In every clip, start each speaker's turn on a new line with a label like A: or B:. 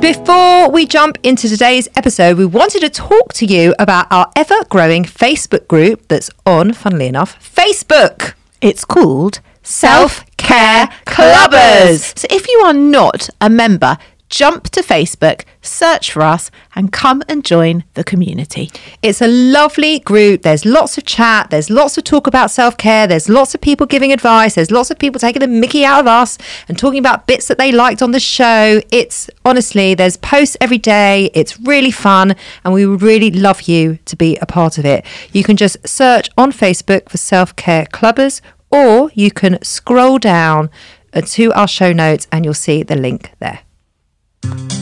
A: Before we jump into today's episode, we wanted to talk to you about our ever growing Facebook group that's on, funnily enough, Facebook.
B: It's called
A: Self Care Clubbers.
B: So if you are not a member, jump to Facebook, search for us, and come and join the community.
A: It's a lovely group. There's lots of chat. There's lots of talk about self care. There's lots of people giving advice. There's lots of people taking the mickey out of us and talking about bits that they liked on the show. It's honestly, there's posts every day. It's really fun. And we would really love you to be a part of it. You can just search on Facebook for Self Care Clubbers, or you can scroll down uh, to our show notes and you'll see the link there.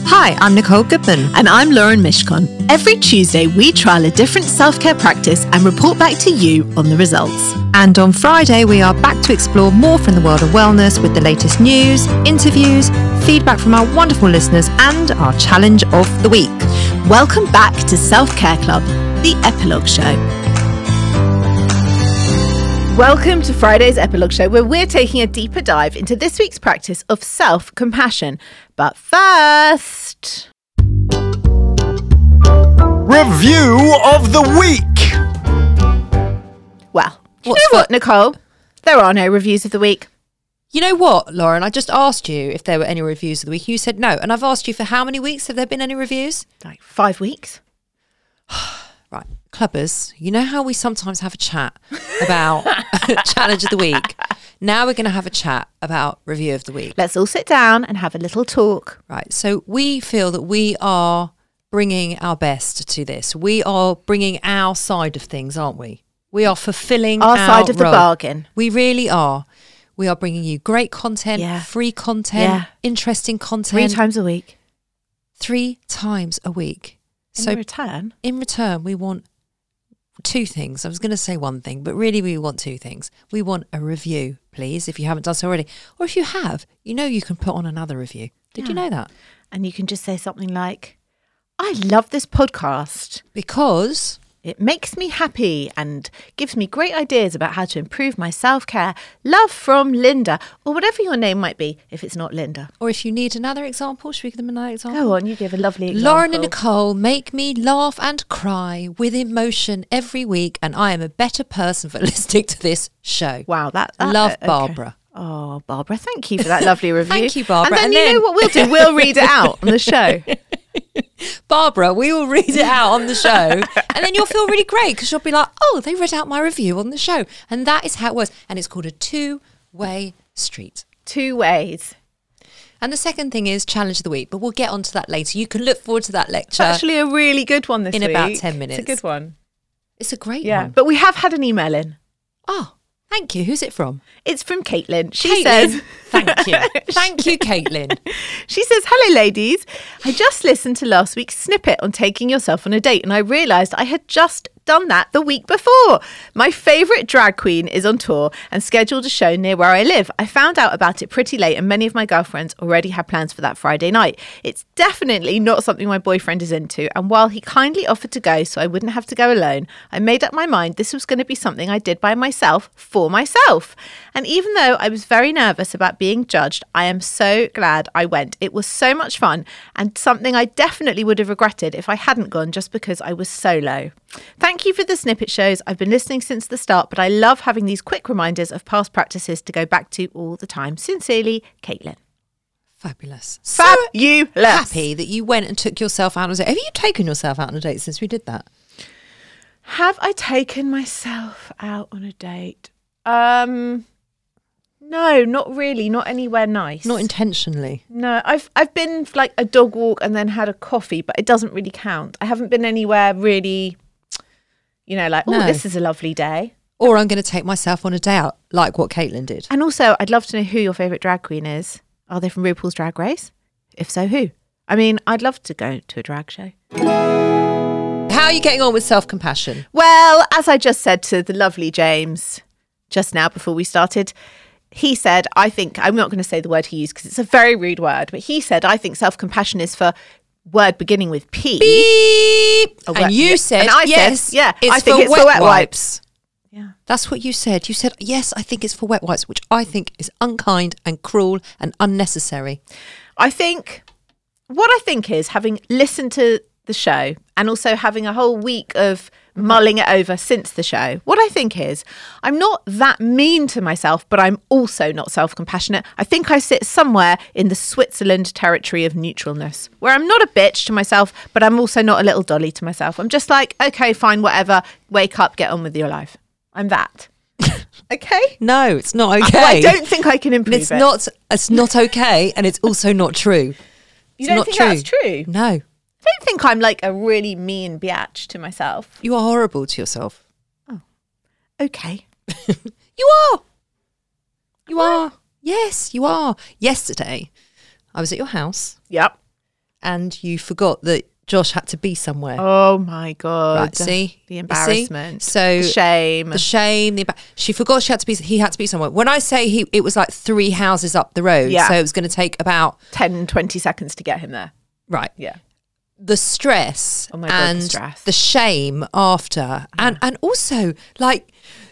A: Hi, I'm Nicole Goodman.
B: And I'm Lauren Mishkon. Every Tuesday, we trial a different self care practice and report back to you on the results.
A: And on Friday, we are back to explore more from the world of wellness with the latest news, interviews, feedback from our wonderful listeners, and our challenge of the week.
B: Welcome back to Self Care Club, the Epilogue Show. Welcome to Friday's Epilogue Show, where we're taking a deeper dive into this week's practice of self compassion. But first,
C: Review of the week.
B: well, what's what, Nicole? There are no reviews of the week.
D: You know what, Lauren? I just asked you if there were any reviews of the week. You said no. And I've asked you for how many weeks have there been any reviews?
B: Like five weeks.
D: Right. Clubbers, you know how we sometimes have a chat about challenge of the week? Now we're going to have a chat about review of the week.
B: Let's all sit down and have a little talk.
D: Right. So we feel that we are bringing our best to this. We are bringing our side of things, aren't we? We are fulfilling
B: Our side of the
D: role.
B: bargain.
D: We really are. We are bringing you great content,
B: Yeah.
D: free content,
B: Yeah.
D: interesting content.
B: Three times a week.
D: three times a week.
B: In
D: so
B: return,
D: in return, we want two things. I was going to say one thing, but really we want two things. We want a review, please, if you haven't done so already. Or if you have, you know you can put on another review. Did you
B: Yeah.
D: know that?
B: and you can just say something like, I love this podcast.
D: Because
B: It makes me happy and gives me great ideas about how to improve my self care. Love from Linda, or whatever your name might be if it's not Linda.
D: or if you need another example, should we give them another example?
B: Go on, you give a lovely example.
D: Oh. Lauren and Nicole make me laugh and cry with emotion every week, and I am a better person for listening to this show.
B: Wow, that, that-
D: Love
B: uh, okay.
D: Barbara.
B: Oh, Barbara, thank you for that lovely review.
D: Thank you, Barbara,
B: And then
D: and
B: you
D: then-
B: know what we'll do? We'll read it out on the show.
D: Barbara, we will read it out on the show. and then you'll feel really great because you'll be like, oh, they read out my review on the show. And that is how it was. And it's called a two way street.
B: Two ways.
D: And the second thing is challenge of the week, but we'll get onto that later. You can look forward to that
B: It's
D: lecture.
B: actually a really good one this
D: In
B: week.
D: about 10
B: It's
D: minutes.
B: a good one.
D: it's a great
B: Yeah.
D: one.
B: But we have had an email in.
D: Oh, thank you. Who's it from?
B: It's from Caitlin. She
D: Caitlin.
B: says,
D: Thank you. Thank you, Caitlin.
B: She says, Hello, ladies. I just listened to last week's snippet on taking yourself on a date, and I realised I had just done that the week before. My favourite drag queen is on tour and scheduled a show near where I live. I found out about it pretty late, and many of my girlfriends already had plans for that Friday night. It's definitely not something my boyfriend is into, and while he kindly offered to go so I wouldn't have to go alone, I made up my mind this was going to be something I did by myself for myself. And even though I was very nervous about being judged, I am so glad I went. It was so much fun and something I definitely would have regretted if I hadn't gone just because I was solo. Thank you for the snippet shows. I've been listening since the start, but I love having these quick reminders of past practices to go back to all the time. Sincerely, Caitlin.
D: Fabulous. So
B: Fabulous.
D: happy that you went and took yourself out on a date. Have you taken yourself out on a date since we did that?
B: Have I taken myself out on a date? Um no, not really, not anywhere nice.
D: Not intentionally.
B: No, I've I've been for, like a dog walk and then had a coffee, but it doesn't really count. I haven't been anywhere really you know like, oh,
D: No.
B: this is a lovely day.
D: Or I'm going to take myself on a day out like what Caitlin did.
B: And also, I'd love to know who your favorite drag queen is. Are they from RuPaul's Drag Race? If so, who? I mean, I'd love to go to a drag show.
D: How are you getting on with self compassion?
B: Well, as I just said to the lovely James just now before we started, he said, I think, I'm not going to say the word he used because it's a very rude word, but he said, I think self compassion is for word beginning with P.
D: Beep.
B: A wet-
D: and you
B: yeah.
D: said,
B: And I said,
D: yes,
B: yeah,
D: it's
B: I think
D: for
B: it's for
D: wet,
B: wet
D: wipes.
B: Yeah.
D: That's what you said. You said, yes, I think it's for wet wipes, which I think is unkind and cruel and unnecessary.
B: I think what I think is having listened to the show and also having a whole week of mulling it over since the show, what I think is I'm not that mean to myself, but I'm also not self compassionate. I think I sit somewhere in the Switzerland territory of neutralness, where I'm not a bitch to myself, but I'm also not a little dolly to myself. I'm just like, okay, fine, whatever, wake up, get on with your life. I'm that. okay?
D: No, it's not okay.
B: I don't think I can improve
D: It's
B: it.
D: not. It's not okay, and it's also not true.
B: you
D: It's
B: don't
D: not
B: think
D: true.
B: that's true?
D: No,
B: I don't think I'm like a really mean biatch to myself.
D: you are horrible to yourself.
B: Okay.
D: You are. You are. Yes, you are. Yesterday, I was at your house,
B: Yep.
D: and you forgot that Josh had to be somewhere.
B: Oh my god.
D: Right, see
B: the
D: You see?
B: embarrassment,
D: so
B: the shame.
D: the shame. The embar- she forgot she had to be. He had to be somewhere. When I say he, it was like three houses up the road.
B: Yeah.
D: So it was going to take about
B: 10 20 seconds to get him there.
D: right.
B: Yeah.
D: the stress
B: Oh my God, the
D: and
B: stress.
D: the shame after and and also like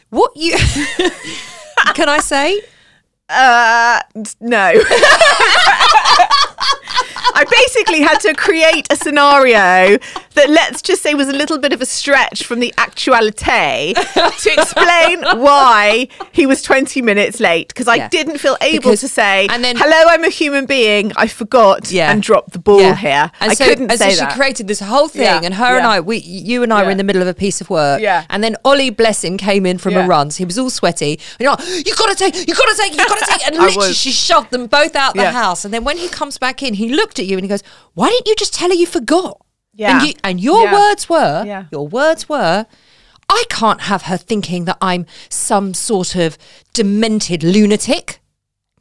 D: what you can i say
B: Uh no. I basically had to create a scenario that let's just say was a little bit of a stretch from the actualité to explain why he was 20 minutes late because I
D: Yeah.
B: didn't feel able
D: Because-
B: to say
D: and then-
B: hello I'm a human being I forgot
D: Yeah.
B: and dropped the ball
D: Yeah.
B: here.
D: and
B: I
D: so,
B: couldn't
D: and
B: say
D: so
B: that.
D: she created this whole thing
B: Yeah.
D: and her and
B: Yeah.
D: i we you and i were
B: Yeah.
D: in the middle of a piece of work
B: Yeah.
D: and then ollie bless him came in from
B: Yeah.
D: a run so he was all sweaty and you're like you gotta take you gotta take you gotta take and
B: I
D: literally
B: was.
D: she shoved them both out the
B: Yeah.
D: house and then when he comes back in he looked at you and he goes why didn't you just tell her you forgot
B: Yeah.
D: and, you, and your
B: Yeah.
D: words were
B: Yeah.
D: your words were I can't have her thinking that I'm some sort of demented lunatic.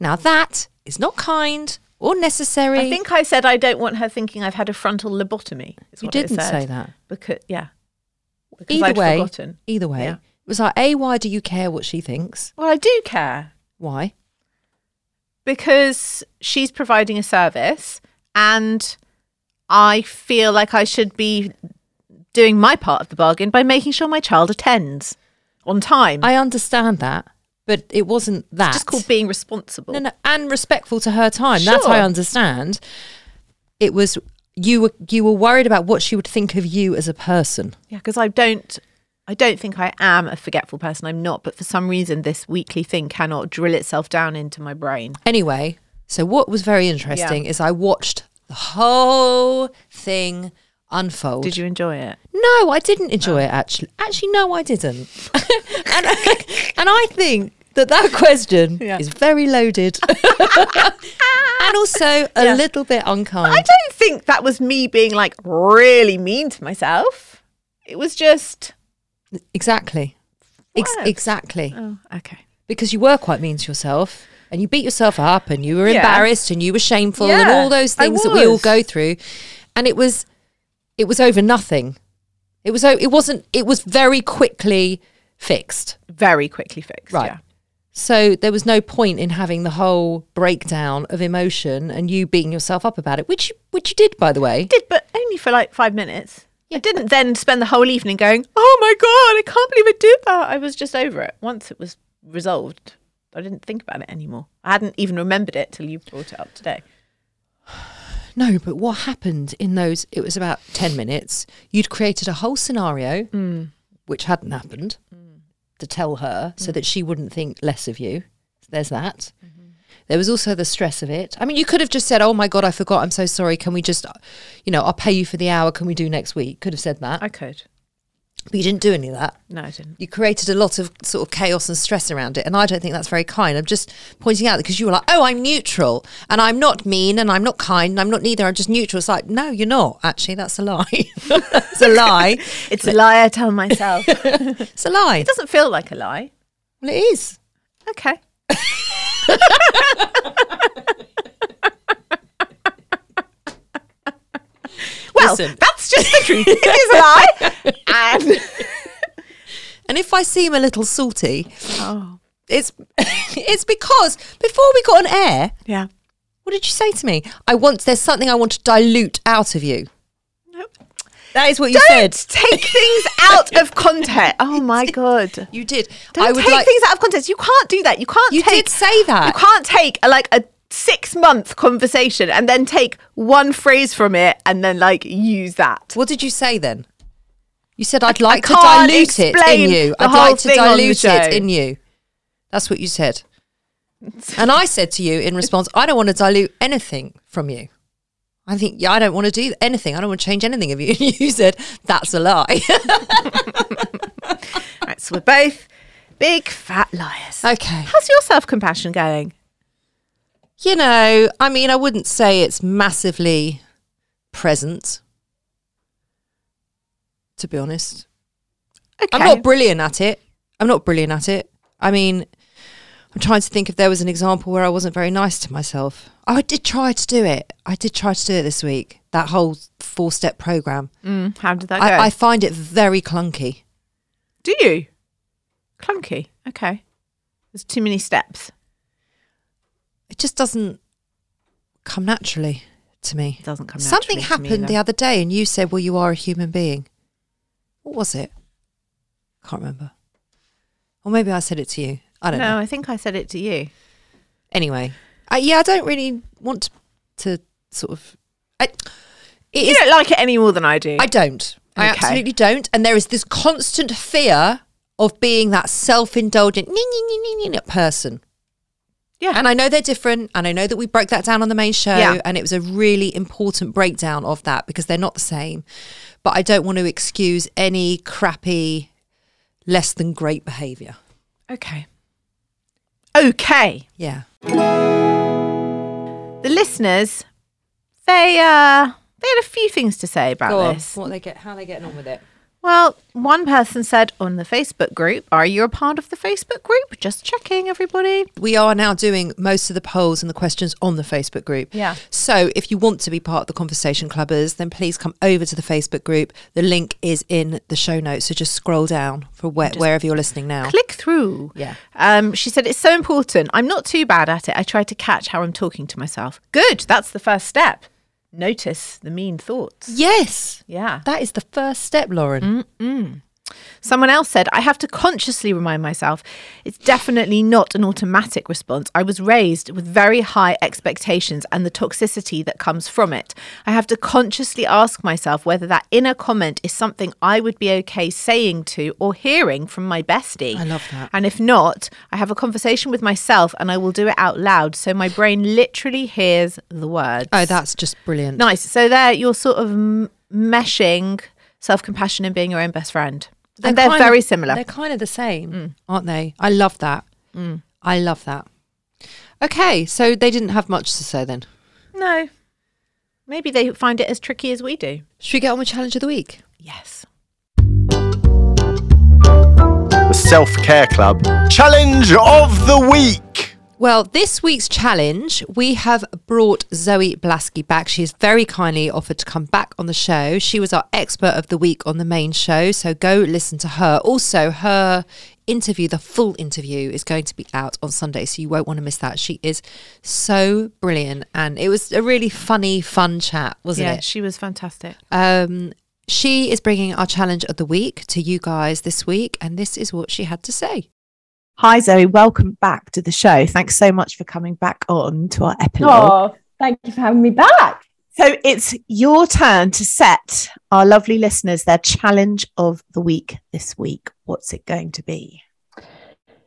D: Now that is not kind or necessary.
B: I think I said I don't want her thinking I've had a frontal lobotomy. is
D: You
B: what I
D: didn't
B: said.
D: say that.
B: Because yeah. Because
D: either
B: I'd
D: way,
B: forgotten.
D: either way,
B: Yeah.
D: it was like, a why do you care what she thinks?
B: Well, I do care
D: Why?
B: because she's providing a service and I feel like I should be doing my part of the bargain by making sure my child attends on time.
D: I understand that, but it wasn't that.
B: it's just called being responsible.
D: no, no, and respectful to her time. That I
B: Sure.
D: understand. It was you were you were worried about what she would think of you as a person.
B: Yeah, because I don't I don't think I am a forgetful person. I'm not, but for some reason this weekly thing cannot drill itself down into my brain.
D: Anyway, so what was very interesting is I watched the whole thing unfold.
B: Did you enjoy it?
D: No, I didn't enjoy it actually. Actually, no, I didn't. and, and I think that that question
B: Yeah.
D: is very loaded and also a
B: Yeah.
D: little bit unkind.
B: I don't think that was me being like really mean to myself. It was just
D: exactly. Ex-
B: What?
D: exactly.
B: oh, okay.
D: Because you were quite mean to yourself and you beat yourself up and you were
B: Yeah.
D: embarrassed and you were shameful and
B: Yeah,
D: all those
B: I
D: things that we all
B: was.
D: go through. And it was it was over nothing. It was o- it wasn't it was very quickly fixed.
B: Very quickly fixed.
D: Right.
B: Yeah.
D: So there was no point in having the whole breakdown of emotion and you beating yourself up about it, which which you did, by the way.
B: did, but only for like five minutes.
D: Yeah.
B: I didn't then spend the whole evening going, "Oh my god, I can't believe I did that." I was just over it once it was resolved. I didn't think about it anymore. I hadn't even remembered it till you brought it up today.
D: No, but what happened in those? It was about ten minutes. You'd created a whole scenario, which hadn't happened, to tell her so that she wouldn't think less of you. There's that. There was also the stress of it. I mean, you could have just said, "Oh my god, I forgot. I'm so sorry. Can we just, you know, I'll pay you for the hour. Can we do next week?" Could have said that,
B: I could.
D: but you didn't do any of that.
B: No, I didn't.
D: you created a lot of sort of chaos and stress around it and i don't think that's very kind i'm just pointing out because you were like oh i'm neutral and i'm not mean and i'm not kind and i'm not neither i'm just neutral it's like no you're not actually that's a lie it's a lie
B: It's a lie I tell myself. it
D: it's a lie
B: doesn't feel like a lie.
D: well it is
B: Okay. well,
D: Listen.
B: that's just the truth. It is a lie. And
D: and if i seem a little salty
B: oh,
D: it's it's because before we got on air
B: yeah.
D: what did you say to me i want there's something i want to dilute out of you that is what you
B: Don't
D: said
B: take things out of context. Oh my god.
D: you did
B: Don't
D: i would
B: take
D: like
B: things out of context. You can't do that. You can't
D: You
B: take
D: did say that.
B: You can't take a, like a six month conversation and then take one phrase from it and then like use that.
D: What did you say then? You said I'd like to
B: can't
D: dilute it
B: explain
D: in you.
B: the
D: I'd
B: whole
D: like to
B: thing on the
D: dilute
B: show."
D: it in you. That's what you said. And I said to you in response, I don't want to dilute anything from you. I think yeah, I don't want to do anything. I don't want to change anything of you. And you said that's a lie.
B: Right, so we're both big fat liars.
D: okay.
B: How's your self compassion going?
D: You know, I mean, I wouldn't say it's massively present. To be honest,
B: Okay.
D: I'm not brilliant at it. I'm not brilliant at it. I mean, I'm trying to think if there was an example where I wasn't very nice to myself. Oh, I did try to do it. I did try to do it this week. That whole four step program.
B: Mm, how did that go?
D: I, I find it very clunky.
B: Do you? Clunky. Okay. There's too many steps.
D: It just doesn't come naturally to me.
B: It doesn't come
D: Something
B: naturally to me
D: happened the
B: either.
D: other day, and you said, "Well, you are a human being." What was it? Can't remember. Or maybe I said it to you. I don't
B: No,
D: know.
B: I think I said it to you.
D: Anyway, I, yeah, I don't really want to, to sort of. I, it
B: You
D: is.
B: don't like it any more than I do.
D: I don't. I
B: Okay.
D: absolutely don't. And there is this constant fear of being that self-indulgent person.
B: yeah.
D: And I know they're different, and I know that we broke that down on the main show,
B: Yeah.
D: and it was a really important breakdown of that because they're not the same. But I don't want to excuse any crappy, less than great behaviour.
B: okay. Okay.
D: Yeah.
B: The listeners, they uh they had a few things to say about this.
D: What they get? How they getting on with it?
B: Well, one person said on the Facebook group, are you a part of the Facebook group? Just checking everybody.
D: We are now doing most of the polls and the questions on the Facebook group.
B: Yeah.
D: So if you want to be part of the conversation clubbers, then please come over to the Facebook group. The link is in the show notes. So just scroll down for where, wherever you're listening now.
B: Click through.
D: Yeah.
B: Um, she said, It's so important. I'm not too bad at it. I try to catch how I'm talking to myself. Good. That's the first step. Notice the mean thoughts.
D: Yes. Mm.
B: Yeah.
D: That is the first step, Lauren.
B: Someone else said, I have to consciously remind myself it's definitely not an automatic response. I was raised with very high expectations and the toxicity that comes from it. I have to consciously ask myself whether that inner comment is something I would be okay saying to or hearing from my bestie.
D: I love that.
B: And if not, I have a conversation with myself and I will do it out loud so my brain literally hears the words.
D: Oh, that's just brilliant.
B: nice. So there you're sort of m- meshing self-compassion and being your own best friend. and they're
D: kind of-
B: very similar.
D: They're Mm. kind of the same, aren't they? I love that. I love that. Okay, so they didn't have much to say then.
B: No. Maybe they find it as tricky as we do.
D: Should we get on with challenge of the week?
B: Yes.
C: The Self Care Club Challenge of the Week.
D: Well, this week's challenge, we have brought Zoe Blasky back. She has very kindly offered to come back on the show. She was our expert of the week on the main show, so go listen to her. Also, her interview, the full interview, is going to be out on Sunday, so you won't want to miss that. She is so brilliant, and it was a really funny, fun chat, wasn't
B: yeah,
D: it?
B: she was fantastic.
D: Um, she is bringing our challenge of the week to you guys this week, and this is what she had to say.
E: Hi, Zoe. Welcome back to the show. Thanks so much for coming back on to our epilogue.
F: Oh, thank you for having me back.
E: So it's your turn to set our lovely listeners their challenge of the week this week. What's it going to be?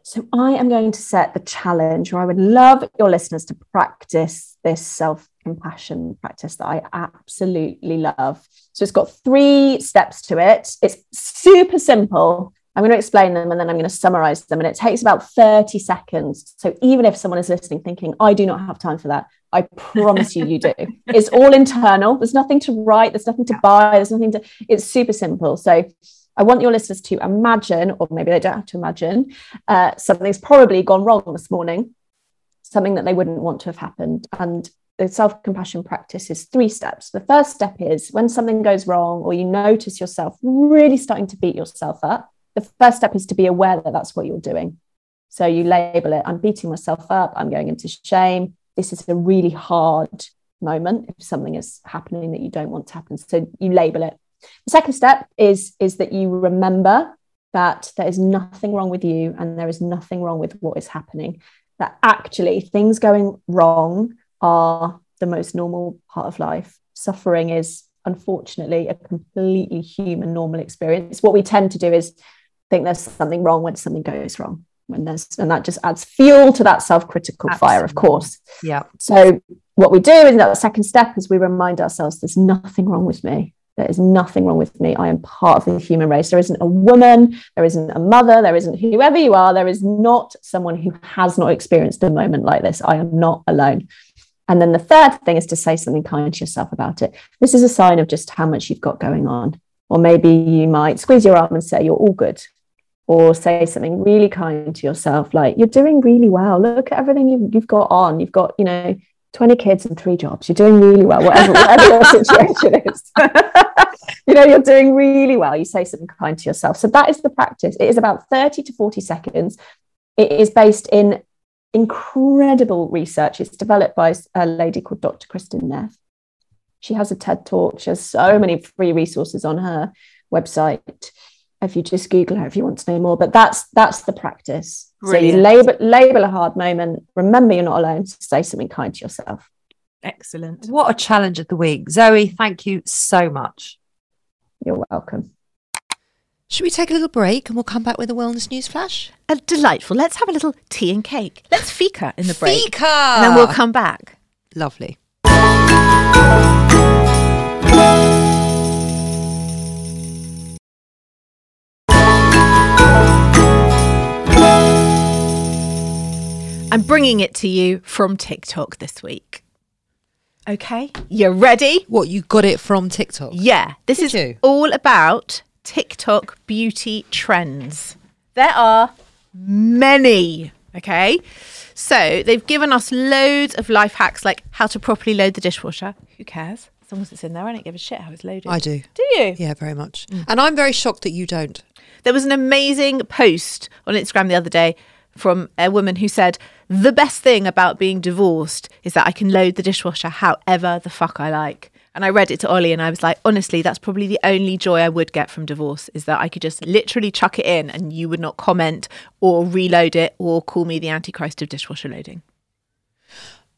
F: So, I am going to set the challenge where I would love your listeners to practice this self compassion practice that I absolutely love. So, it's got three steps to it. It's super simple. I'm going to explain them and then I'm going to summarize them. And it takes about 30 seconds. So, even if someone is listening thinking, I do not have time for that, I promise you, you do. It's all internal. There's nothing to write, there's nothing to buy, there's nothing to, it's super simple. So, I want your listeners to imagine, or maybe they don't have to imagine, uh, something's probably gone wrong this morning, something that they wouldn't want to have happened. And the self compassion practice is three steps. The first step is when something goes wrong or you notice yourself really starting to beat yourself up, the first step is to be aware that that's what you're doing. So you label it I'm beating myself up, I'm going into shame. This is a really hard moment if something is happening that you don't want to happen. So you label it. The second step is, is that you remember that there is nothing wrong with you and there is nothing wrong with what is happening. that actually things going wrong are the most normal part of life. Suffering is unfortunately a completely human, normal experience. What we tend to do is think there's something wrong when something goes wrong. When there's and that just adds fuel to that self-critical fire, of course.
A: Yeah.
F: So what we do in that second step is we remind ourselves there's nothing wrong with me. There is nothing wrong with me. I am part of the human race. There isn't a woman, there isn't a mother, there isn't whoever you are, there is not someone who has not experienced a moment like this. I am not alone. And then the third thing is to say something kind to yourself about it. This is a sign of just how much you've got going on. Or maybe you might squeeze your arm and say, You're all good. Or say something really kind to yourself, like, You're doing really well. Look at everything you've, you've got on. You've got, you know, 20 kids and three jobs. You're doing really well, whatever, whatever your situation is. you know, you're doing really well. You say something kind to yourself. So that is the practice. It is about 30 to 40 seconds. It is based in incredible research. It's developed by a lady called Dr. Kristen Neff. She has a TED talk. She has so many free resources on her website. If you just Google her, if you want to know more, but that's that's the practice. So you
B: Brilliant.
F: label label a hard moment. Remember, you're not alone. Say something kind to yourself.
B: Excellent.
A: What a challenge of the week. Zoe, thank you so much.
F: You're welcome.
D: Should we take a little break and we'll come back with a wellness news flash?
B: Uh, delightful. Let's have a little tea and cake. Let's fika in the break.
D: Fika!
B: And then we'll come back.
D: Lovely.
B: I'm bringing it to you from TikTok this week. Okay. You ready?
D: What, you got it from TikTok?
B: Yeah. This
D: Did
B: is
D: you?
B: all about TikTok beauty trends. There are many. Okay. So they've given us loads of life hacks like how to properly load the dishwasher. Who cares? As long as it's in there, I don't give a shit how it's loaded.
D: I do.
B: Do you?
D: Yeah, very much. And I'm very shocked that you don't.
B: There was an amazing post on Instagram the other day from a woman who said, The best thing about being divorced is that I can load the dishwasher however the fuck I like. And I read it to Ollie and I was like, honestly, that's probably the only joy I would get from divorce is that I could just literally chuck it in and you would not comment or reload it or call me the Antichrist of dishwasher loading.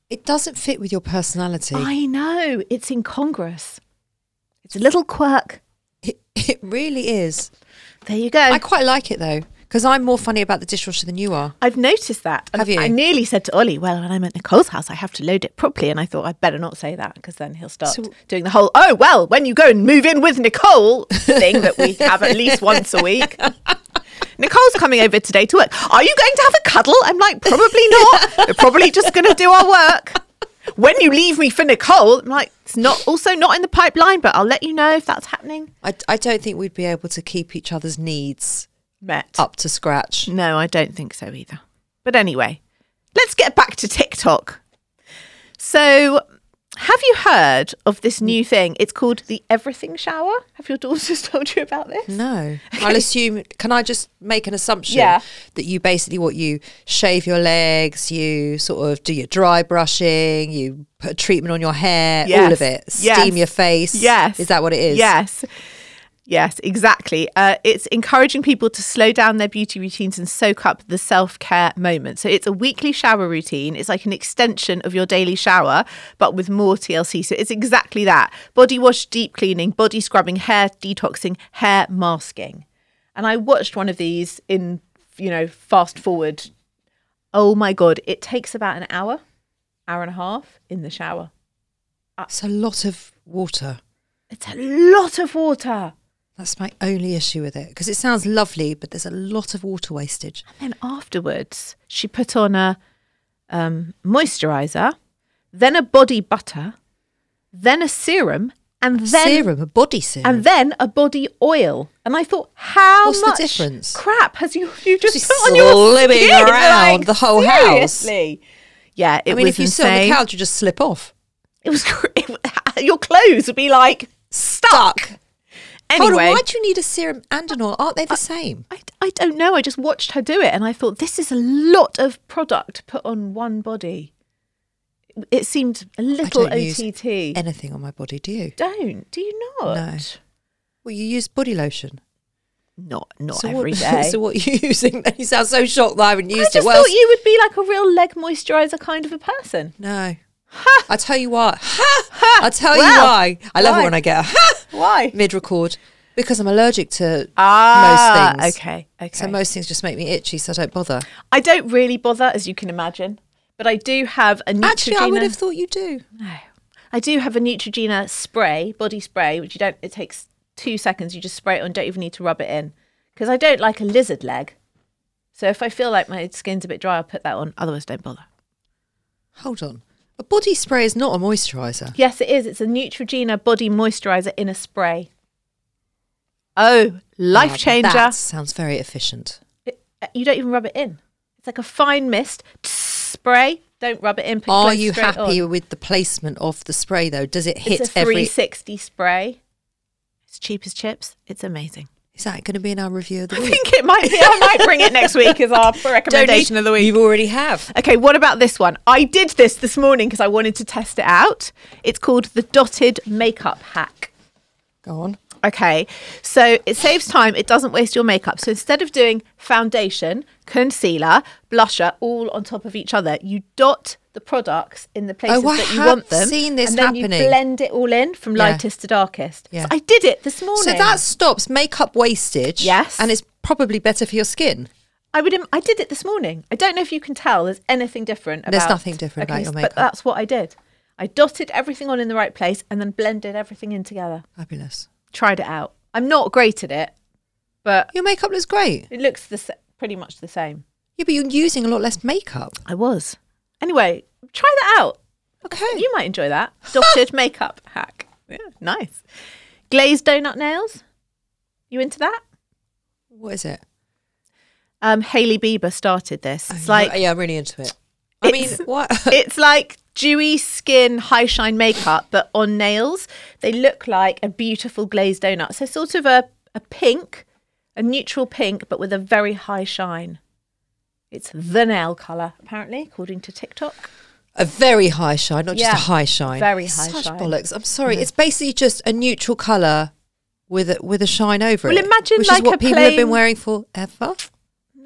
D: It doesn't fit with your personality.
B: I know, it's incongruous. It's a little quirk.
D: It, it really is.
B: There you go.
D: I quite like it though, because I'm more funny about the dishwasher than you are.
B: I've noticed that. And
D: Have you?
B: I nearly said to Ollie, well, when I'm at Nicole's house, I have to load it properly. And I thought I'd better not say that because then he'll start
D: So-
B: doing the whole, oh, well, when you go and move in with Nicole thing that we have at least once a week. Nicole's coming over today to work. Are you going to have a cuddle? I'm like, probably not. We're probably just going to do our work. When you leave me for Nicole, I'm like, it's not also not in the pipeline, but I'll let you know if that's happening.
D: I, I don't think we'd be able to keep each other's needs
B: Met.
D: up to scratch.
B: No, I don't think so either. But anyway, let's get back to TikTok. So, have you heard of this new thing? It's called the everything shower. Have your daughters told you about this?
D: No. I'll assume, can I just make an assumption
B: Yeah.
D: that you basically what you shave your legs, you sort of do your dry brushing, you put a treatment on your hair, all of it,
B: Yes.
D: steam your
B: Yes.
D: face.
B: Yes.
D: Is that what it is?
B: Yes. Yes, exactly. Uh, it's encouraging people to slow down their beauty routines and soak up the self care moment. So it's a weekly shower routine. It's like an extension of your daily shower, but with more TLC. So it's exactly that body wash, deep cleaning, body scrubbing, hair detoxing, hair masking. And I watched one of these in, you know, fast forward. Oh my God, it takes about an hour, hour and a half in the shower.
D: It's a lot of water.
B: It's a lot of water.
D: That's my only issue with it because it sounds lovely, but there's a lot of water wastage.
B: Then afterwards, she put on a um, moisturizer, then a body butter, then a serum, and then
D: serum, a body serum.
B: and then a body oil. And I thought, how
D: What's the
B: much
D: difference?
B: crap has you you just
D: She's
B: put on your
D: slimming
B: skin? Like,
D: around the whole house.
B: seriously? Yeah, it
D: I mean,
B: was
D: if you sit on
B: insane.
D: the couch, you just slip off.
B: it was cr- it, was- your clothes would be like stuck. Anyway, Uh,
D: Hold on, why do you need a serum and an oil? Aren't they the same?
B: I, I don't know. I just watched her do it and I thought, this is a lot of product put on one body. It seemed a little
D: I don't use
B: OTT.
D: anything on my body, do you?
B: don't, do you not?
D: Well, you use body lotion.
B: Not not
D: So
B: every
D: what,
B: day.
D: So what are you using? You sound so shocked that I haven't
B: I
D: used it.
B: just
D: Well,
B: thought you would be like a real leg moisturizer kind of a person.
D: no. I tell you why. Ha! I tell you
B: Well,
D: why. I love
B: why?
D: it when I get a ha
B: Why?
D: mid record because I'm allergic to
B: Ah,
D: most things.
B: okay, okay.
D: So most things just make me itchy, so I don't bother.
B: I don't really bother, as you can imagine, but I do have a Neutrogena.
D: Actually, I would have thought you do.
B: I do have a Neutrogena spray, body spray, which you don't. It takes two seconds. You just spray it on. Don't even need to rub it in, because I don't like a lizard leg. So if I feel like my skin's a bit dry, I'll put that on. Otherwise, don't bother.
D: Hold on. A body spray is not a moisturizer.
B: Yes, it is. It's a Neutrogena body moisturizer in a spray. Oh, life
D: Ah,
B: changer!
D: That sounds very efficient.
B: It- uh, you don't even rub it in. It's like a fine mist spray. Don't rub it in. Put your
D: Are
B: clothes
D: you
B: straight
D: happy
B: on.
D: with the placement of the spray though? Does it hit
B: it's a
D: every
B: 360 spray. It's cheap as chips. It's amazing.
D: Is that going to be in our review of the
B: I
D: week?
B: think it might be. I might bring it next week as our recommendation of the week.
D: You already have.
B: Okay, what about this one? I did this this morning because I wanted to test it out. It's called the dotted makeup hack.
D: Go on.
B: Okay, so it saves time, it doesn't waste your makeup. So instead of doing foundation, concealer, blusher all on top of each other, you dot the products in the places
D: I
B: that you
D: have
B: want them.
D: Oh, seen this
B: and then
D: happening.
B: you blend it all in from
D: Yeah.
B: lightest to darkest.
D: Yeah.
B: So I did it this morning.
D: So that stops makeup wastage.
B: Yes.
D: And it's probably better for your skin.
B: I would. Im- I did it this morning. I don't know if you can tell. There's anything different. About,
D: There's nothing different about your makeup.
B: But that's what I did. I dotted everything on in the right place and then blended everything in together.
D: Fabulous.
B: Tried it out. I'm not great at it, but
D: Your makeup looks great.
B: it looks the sa- pretty much the same.
D: Yeah, but you're using a lot less makeup.
B: I was. Anyway, try that out.
D: Okay.
B: You might enjoy that dotted makeup hack. Yeah, nice. Glazed donut nails. You into that?
D: what is it?
B: Um, Haley Bieber started this. It's like
D: Oh, yeah, I'm really into it. I mean,
B: It's-
D: what?
B: it's like dewy skin high shine makeup but on nails they look like a beautiful glazed donut so sort of a, a pink a neutral pink but with a very high shine it's the nail color apparently according to tiktok
D: A very high shine, not just
B: Yeah,
D: a high shine.
B: very high
D: Such
B: shine.
D: bollocks. I'm sorry. It's basically just a neutral color with a, with a shine over
B: Well,
D: it.
B: imagine
D: which
B: like
D: is what
B: a
D: people have
B: plain-
D: been wearing forever.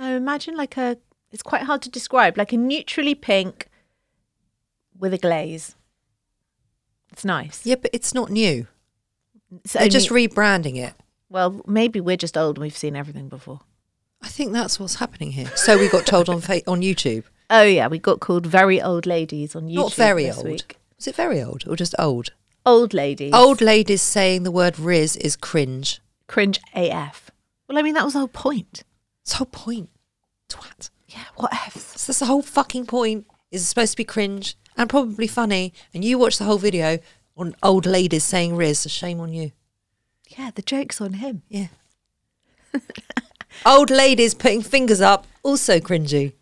B: no imagine like a it's quite hard to describe like a neutrally pink with a glaze it's nice
D: Yeah, but it's not new.
B: It's
D: They're just
B: only-
D: rebranding it.
B: well maybe we're just old and we've seen everything before
D: I think that's what's happening here. So we got told on fa- on YouTube.
B: oh yeah we got called very old ladies on youtube
D: Not very
B: this
D: old.
B: week.
D: Was it very old or just old?
B: old ladies
D: Old ladies saying the word "riz" is cringe.
B: cringe AF. Well, I mean, that was the whole point.
D: It's the whole point. Twat.
B: Yeah, what F?
D: So that's the whole fucking point. Is it's supposed to be cringe and probably funny. And you watch the whole video on old ladies saying "riz." So shame on you.
B: Yeah, the joke's on him.
D: Yeah. old ladies putting fingers up. Also cringy.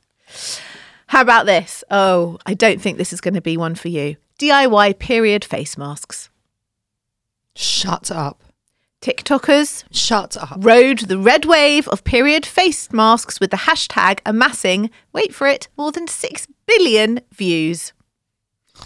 B: How about this? Oh, I don't think this is going to be one for you. DIY period face masks.
D: Shut up.
B: TikTokers
D: Shut up.
B: rode the red wave of period face masks with the hashtag amassing, wait for it, more than 6 billion views.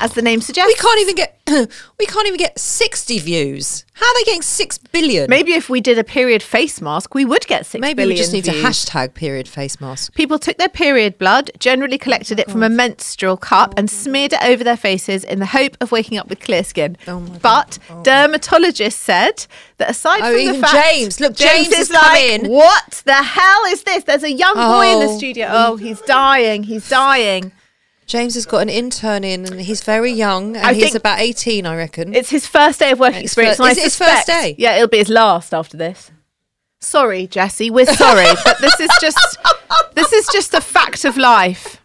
B: As the name suggests.
D: We can't even get we can't even get sixty views. How are they getting six billion?
B: Maybe if we did a period face mask, we would get six billion.
D: Maybe we just need to
B: views.
D: hashtag period face mask.
B: People took their period blood, generally collected it from a menstrual
D: Oh,
B: cup, and smeared it over their faces in the hope of waking up with clear skin.
D: Oh my God.
B: but dermatologists said that aside
D: Oh,
B: from
D: even
B: the fact,
D: James. Look, James has come
B: like,
D: in.
B: What the hell is this? There's a young boy in the
D: Oh.
B: studio. Oh, he's dying. He's dying.
D: James has got an intern in, and he's very young, and
B: I
D: he's
B: think-
D: about eighteen, I reckon.
B: It's his first day of work
D: It's
B: experience.
D: fir-
B: and I
D: is it his first
B: suspect-
D: day?
B: Yeah, it'll be his last after this. Sorry, Jesse. We're sorry, but this is just this is just a fact of life.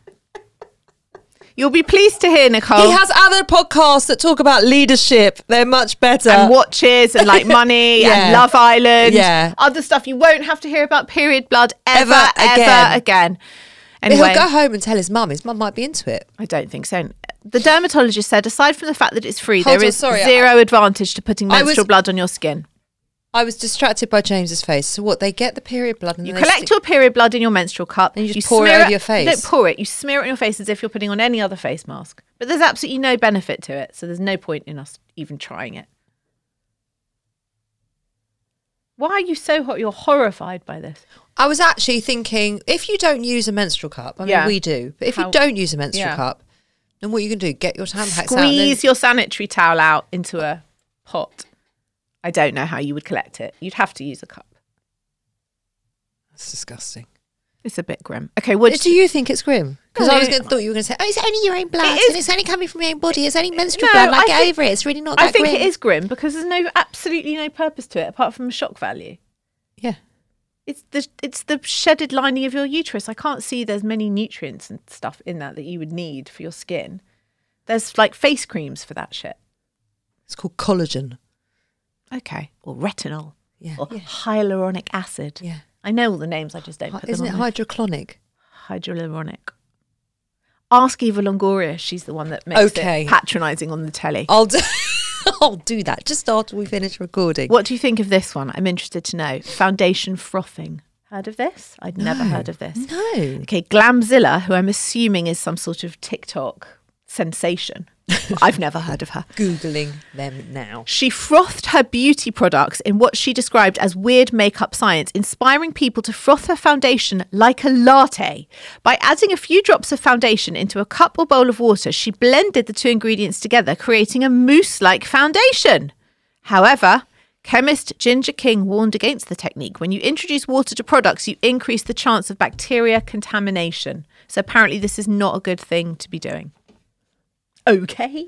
B: You'll be pleased to hear, Nicole.
D: he has other podcasts that talk about leadership. They're much better.
B: and watches and like money and
D: Yeah.
B: Love Island.
D: Yeah.
B: Other stuff you won't have to hear about period blood ever,
D: Ever
B: ever again.
D: again. But
B: Anyway,
D: He'll go home and tell his mum. His mum might be into it.
B: I don't think so. The dermatologist said, aside from the fact that it's free,
D: Hold
B: there
D: on,
B: is
D: sorry, I-
B: zero advantage to putting
D: I was-
B: menstrual blood on your skin.
D: I was distracted by James's face. So what? They get the period blood, and
B: You
D: then
B: collect
D: they stick-
B: your period blood in your menstrual cup.
D: And you just pour it
B: smear
D: over your face.
B: You don't pour it. You smear it on your face as if you're putting on any other face mask. But there's absolutely no benefit to it. So there's no point in us even trying it. Why are you so hot? You're horrified by this.
D: I was actually thinking if you don't use a menstrual cup, I mean,
B: Yeah.
D: we do, but if
B: How-
D: you don't use a menstrual
B: Yeah.
D: cup, then what you can do? Get your tampons out. and then-
B: Squeeze your sanitary towel out into a pot. I don't know how you would collect it. You'd have to use a cup.
D: That's disgusting.
B: It's a bit grim. Okay, what
D: do you think it's grim? Because
B: No,
D: I was
B: it-
D: gonna, thought you were going to say, oh, it's only your own blood,
B: It is-
D: and it's only coming from your own body, it's only menstrual
B: No,
D: blood, like
B: I
D: get
B: think-
D: over it, it's really not that
B: I think
D: grim.
B: it is grim because there's no absolutely no purpose to it apart from shock value.
D: Yeah.
B: It's the it's the shedded lining of your uterus. I can't see there's many nutrients and stuff in that that you would need for your skin. There's like face creams for that shit.
D: It's called collagen.
B: Okay, or retinol,
D: Yeah.
B: or hyaluronic acid.
D: Yeah.
B: I know all the names. I just don't.
D: Hy-
B: put
D: Isn't
B: them
D: it
B: on there.
D: hydroclonic?
B: hyaluronic? Ask Eva Longoria. She's the one that makes
D: Okay.
B: it patronising on the telly.
D: I'll do, I'll do that just after we finish recording.
B: What do you think of this one? I'm interested to know. Foundation frothing. Heard of this? I'd never
D: No.
B: heard of this.
D: No.
B: Okay, Glamzilla, who I'm assuming is some sort of TikTok sensation. I've never heard of her.
D: Googling them now.
B: She frothed her beauty products in what she described as weird makeup science, inspiring people to froth her foundation like a latte. By adding a few drops of foundation into a cup or bowl of water, she blended the two ingredients together, creating a mousse like foundation. However, chemist Ginger King warned against the technique. When you introduce water to products, you increase the chance of bacteria contamination. So apparently, this is not a good thing to be doing. Okay.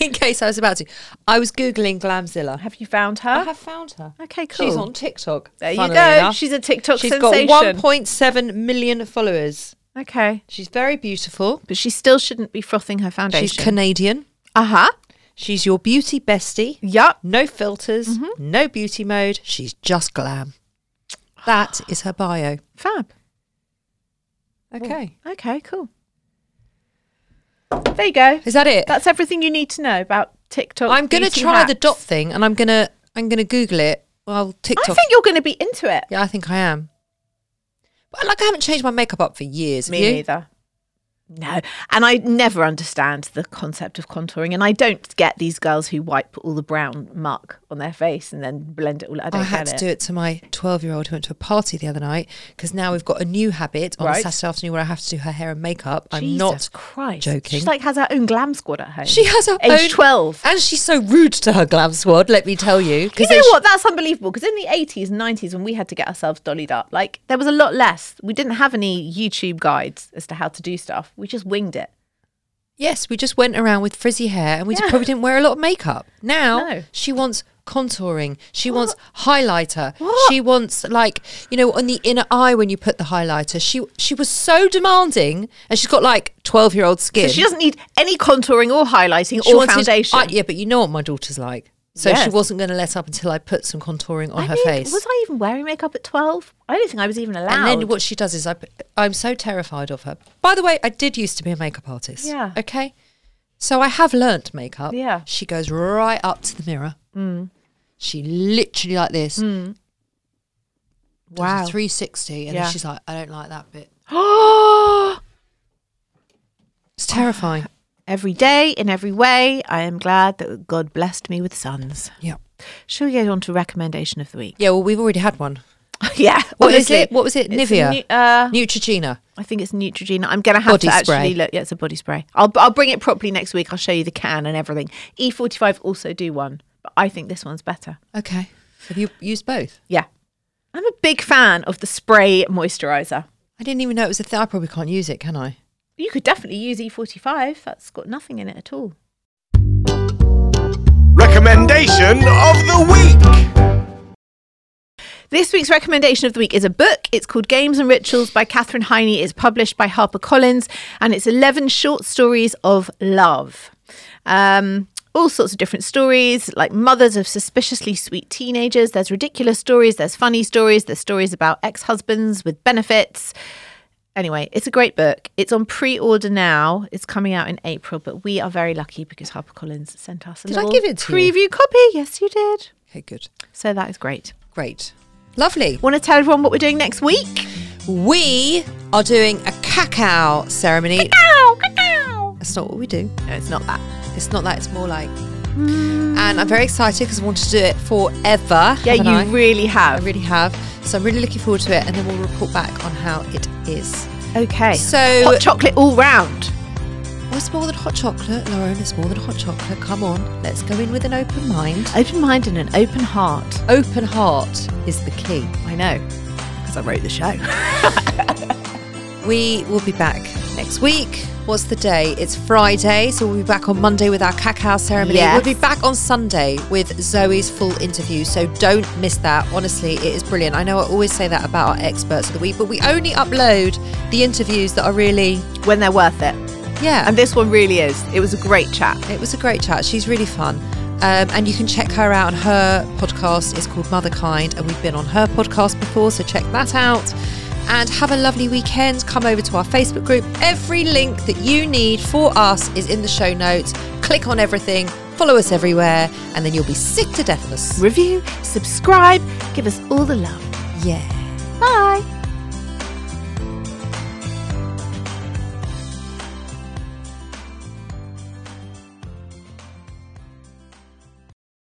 D: In case I was about to, I was Googling Glamzilla.
B: Have you found her?
D: I have found her.
B: Okay, cool.
D: She's on TikTok.
B: There you
D: funnily
B: go.
D: enough.
B: She's a TikTok
D: She's
B: sensation.
D: got 1.7 million followers.
B: Okay.
D: She's very beautiful.
B: But she still shouldn't be frothing her foundation.
D: She's Canadian.
B: uh huh.
D: She's your beauty bestie.
B: Yup.
D: No filters,
B: Mm-hmm.
D: no beauty mode. She's just glam. That is her bio.
B: Fab.
D: Okay.
B: Okay, cool. There you go.
D: Is that it?
B: That's everything you need to know about TikTok.
D: I'm going to
B: beauty
D: try the
B: hacks.
D: dot thing and I'm going to I'm going to google it. Well, TikTok.
B: I think you're going to be into it.
D: yeah, I think I am. But like I haven't changed my makeup up for years.
B: Me
D: have you?
B: neither. No. And I never understand the concept of contouring. And I don't get these girls who wipe all the brown muck on their face and then blend it all. I
D: I,
B: don't
D: had
B: get
D: to do it to my 12 year old who went to a party the other night because now we've got a new habit on
B: Right.
D: Saturday afternoon where I have to do her hair and makeup. I'm
B: Jesus
D: not
B: Christ.
D: joking.
B: She like has her own glam squad at home.
D: She has her
B: age
D: own-
B: twelve.
D: And she's so rude to her glam squad, let me tell you.
B: You
D: Because
B: know what? That's unbelievable. Because in the eighties and nineties, when we had to get ourselves dollied up, like there was a lot less. We didn't have any YouTube guides as to how to do stuff. We just winged it.
D: Yes, we just went around with frizzy hair and we
B: Yeah.
D: probably didn't wear a lot of makeup. Now
B: No.
D: she wants contouring, she wants highlighter,
B: What?
D: she wants like you know on the inner eye when you put the highlighter. She she was so demanding, and she's got like twelve year old
B: So
D: skin.
B: she doesn't need any contouring or highlighting
D: She
B: or
D: wanted-
B: foundation.
D: I- yeah, but you know what my daughter's like, so she
B: Yes.
D: wasn't going to let up until I put some contouring on
B: I
D: her
B: mean,
D: face.
B: Was I even wearing makeup at twelve? I don't think I was even allowed.
D: and then what she does is I, p- I'm so terrified of her. By the way, I did used to be a makeup artist.
B: Yeah.
D: Okay. So I have learnt makeup.
B: Yeah. Mm.
D: She goes right up to the mirror. She literally like this.
B: Wow.
D: 360. And
B: Yeah.
D: then she's like, I don't like that bit. It's terrifying.
B: every day, in every way, I am glad that God blessed me with sons.
D: yeah.
B: Shall we get on to recommendation of the week?
D: Yeah. Well, we've already had one.
B: yeah.
D: What is
B: honestly.
D: it? What was it?
B: It's a
D: Nivea?
B: new- uh,
D: Neutrogena.
B: I think it's Neutrogena. I'm going to have
D: Body
B: to actually
D: spray.
B: look. Yeah, it's a body spray. I'll, I'll bring it properly next week. I'll show you the can and everything. E45 also do one, but I think this one's better.
D: Okay. Have you used both?
B: Yeah. I'm a big fan of the spray moisturizer.
D: I didn't even know it was a thing. I probably can't use it, can I?
B: You could definitely use E45. That's got nothing in it at all.
C: Recommendation of the week.
B: This week's recommendation of the week is a book. It's called Games and Rituals by Catherine Heine. It's published by HarperCollins and it's 11 short stories of love. Um, all sorts of different stories, like mothers of suspiciously sweet teenagers. There's ridiculous stories, there's funny stories, there's stories about ex husbands with benefits. Anyway, it's a great book. It's on pre order now. It's coming out in April, but we are very lucky because HarperCollins sent us a
D: Did I
B: little
D: give it to you?
B: preview copy. Yes, you did.
D: Okay, good.
B: So that is great.
D: Great. Lovely.
B: Want to tell everyone what we're doing next week?
D: We are doing a cacao ceremony.
B: Cacao, cacao.
D: That's not what we do.
B: No, it's not that.
D: It's not that. It's more like And I'm very excited because I want to do it forever.
B: Mm. Yeah,
D: haven't
B: you
D: I? I
B: really have.
D: really have. So I'm really looking forward to it, and then we'll report back on how it is.
B: Okay.
D: So-
B: hot chocolate all round.
D: What's more than hot chocolate, Lauren? It's more than hot chocolate. Come on, let's go in with an open mind.
B: Open mind and an open heart.
D: Open heart is the key.
B: I know, because I wrote the show.
D: We will be back next week. What's the day? It's Friday, so we'll be back on Monday with our cacao ceremony.
B: Yes.
D: We'll be back on Sunday with Zoe's full interview, so don't miss that. Honestly, it is brilliant. I know I always say that about our experts of the week, but we only upload the interviews that are really,
B: when they're worth it.
D: yeah.
B: And this one really is. It was a great chat.
D: It was a great chat. She's really fun. Um, and you can check her out on her podcast. It's called Motherkind. And we've been on her podcast before, so check that out. And have a lovely weekend. Come over to our Facebook group. Every link that you need for us is in the show notes. Click on everything, follow us everywhere, and then you'll be sick to death of us.
B: Review, subscribe, give us all the love.
D: Yeah.